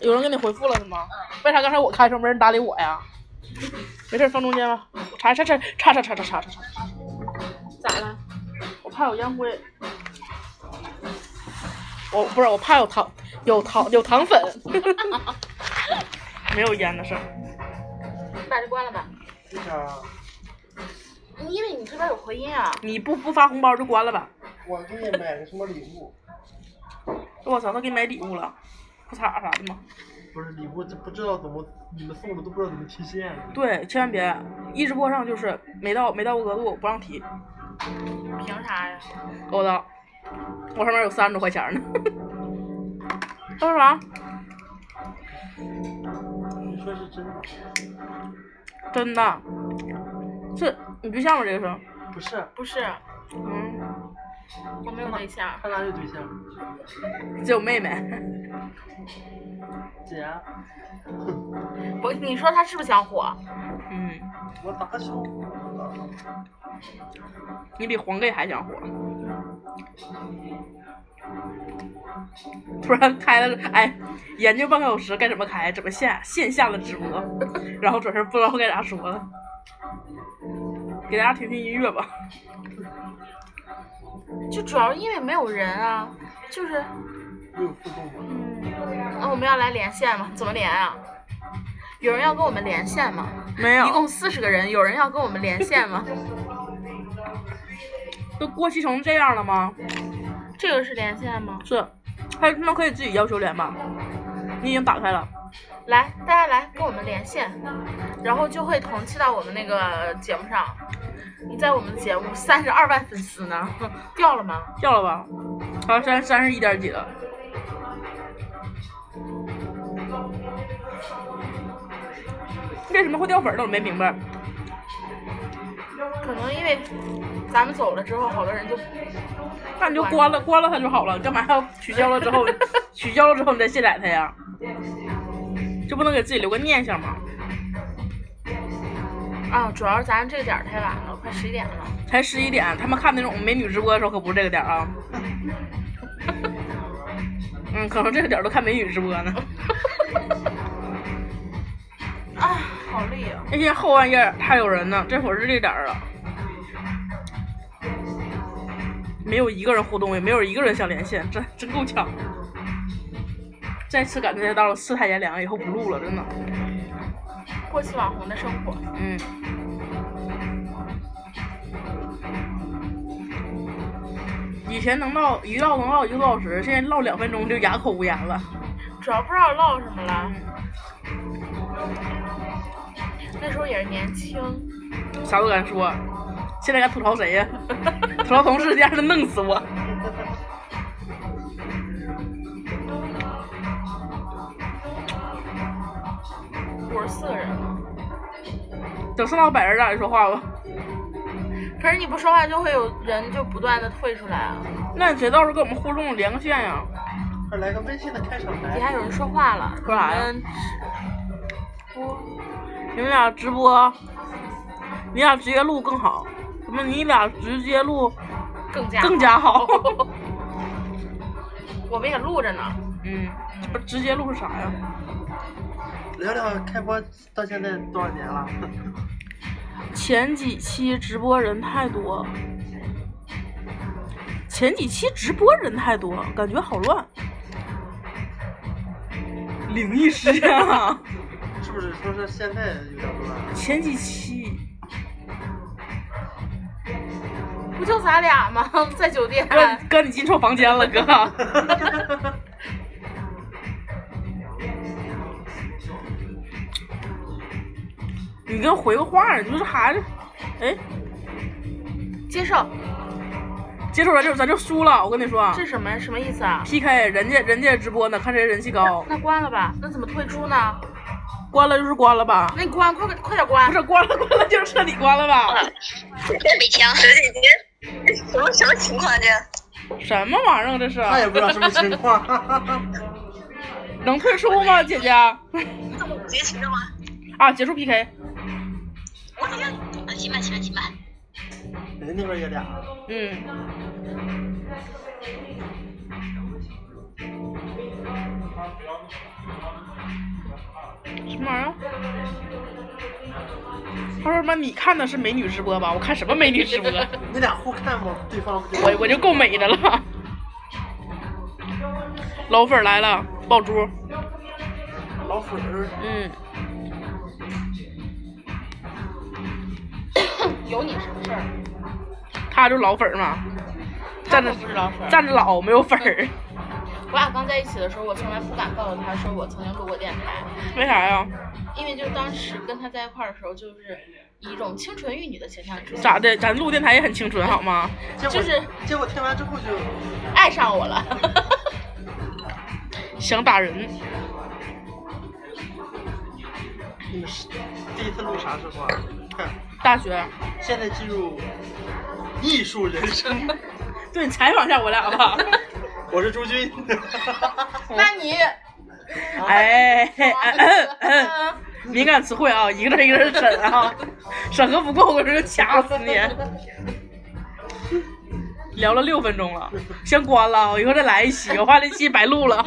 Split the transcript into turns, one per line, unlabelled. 有人给你回复了是吗？为啥刚才我开的时候没人搭理我呀？没事，放中间吧。查查查查查查查查查查。
咋了？
我怕有烟灰。我不是，我怕有糖，有糖有糖粉。 没有烟的事儿。
你把这关了吧。
为啥？
因为你这边有回音啊。
你不不发红包就关了吧。
我给你买个什么礼物？
我操，他给你买礼物了，裤衩啥的吗？
不是礼物，这不知道怎么你们送的都不知道怎么提现。
对，千万别一直播上就是没到没到额度不让提，
凭啥呀？
勾搭。我上面有三十多块钱呢。 他说啥？
你说是真的？
真的？是你对象吗？这个是？
不是，啊
不是，
嗯，
我没有对象。
他哪有对象？
只有妹妹。
姐，啊
不，你说他是不是想火？
嗯，
我打小
你比黄盖还想火。突然开了，哎，研究半个小时该怎么开，怎么线线下的直播，然后转身不知道该咋说了。给大家听听音乐吧。
就主要是因为没有人啊，就是，
没有互哎动吗？
嗯，我们要来连线吗？怎么连啊？有人要跟我们连线吗？
没
一共四十个人，有人要跟我们连线 吗？
都过期成这样了吗？
这个是连线吗？
是，还他妈可以自己要求连吧？你已经打开了，
来，大家来跟我们连线，然后就会同期到我们那个节目上。你在我们的节目三十二万粉丝呢， 掉了吗？
掉了吧？好像三三十一点几了。为什么会掉粉儿呢？我没明白。
可能因为咱们走了之后，好多人就
那你就关了，关了它就好了，干嘛要取消了之后，取消了之后你再卸载它呀？就不能给自己留个念想吗？
啊，主要是咱这个点儿太晚了，快十一点了。
才十一点，他们看那种美女直播的时候可不是这个点儿啊。 嗯，可能这个点儿都看美女直播呢。
啊，好累啊！
那天后半夜还有人呢，这会儿是这点儿了，没有一个人互动，也没有一个人想连线，真真够呛。再次感觉到了世态炎凉，以后不录了，真的。
过气网红的生活，
嗯。以前能唠一唠能唠一个多小时，现在唠两分钟就哑口无言了。
主要不知道唠什么了。嗯那时候也是年轻，
啥都敢说，现在该吐槽谁呀？ 吐槽同事，这样能弄死我。
五十四个人了。
等上到百人再说话吧。
可是你不说话，就会有人就不断的退出来啊。
那谁到时候跟我们互动连个线呀？
快来个温馨的开场
底
白。
下有人说话了，
说啥呀
我们
你们俩直播，你俩直接录更好。什么？你俩直接录
更加
更加好。
我们也录着呢。
嗯，直接录是啥呀？
聊聊开播到现在多少年了？
前几期直播人太多，前几期直播人太多，感觉好乱。灵异事件啊！
是不是说是现在有点乱？
前几期
不就咱俩吗？在酒店。
哥哥，你进错房间了，哥。 你跟回个话，你就是孩子，哎，
接受，
接触咱就咱就输了。我跟你说啊
这什么什么意思啊？
，PK 人家人家直播呢，看谁人气高，
那关了吧？那怎么退出呢？
关了就是关了吧。
那你关，快点快点关
不！是关了，关了就是彻底关了吧？
这没枪。小姐姐，什么什么情况啊这？
什么玩意儿这是？
他也不知道什么情况。
能退出吗，姐姐？
这么及时的吗？
啊，结束 PK，
我好像啊，行吧行吧行吧。
人那边也俩，
嗯，
啊，
什么玩意儿？他说什么？你看的是美女直播吧？我看什么美女直播？
你俩互看吗？对方对
我我就够美的了。老粉儿来了，爆珠。
老粉儿，
嗯，
有你什么事儿？啊
他就老粉儿嘛，
他
站着
可不是老粉儿。
站着老没有粉儿，
我俩刚在一起的时候，我从来不敢告诉他说我曾经录过电台，
为啥呀？
因为就当时跟他在一块儿的时候，就是以一种清纯玉女的形象出现，
咋的？咱录电台也很清纯好吗？
结果
就是
结果听完之后就
爱上我了。
想打人，
你们是第一次录啥时候啊？看，
大学。
现在进入艺术人生，
对，你采访一下我俩吧。
我是朱军。
那你，
哎，敏感词汇啊，一个字儿一个字儿审啊，审核不过我这就掐死你。聊了六分钟了，先关了，我一会儿再来一期，我怕这期白录了。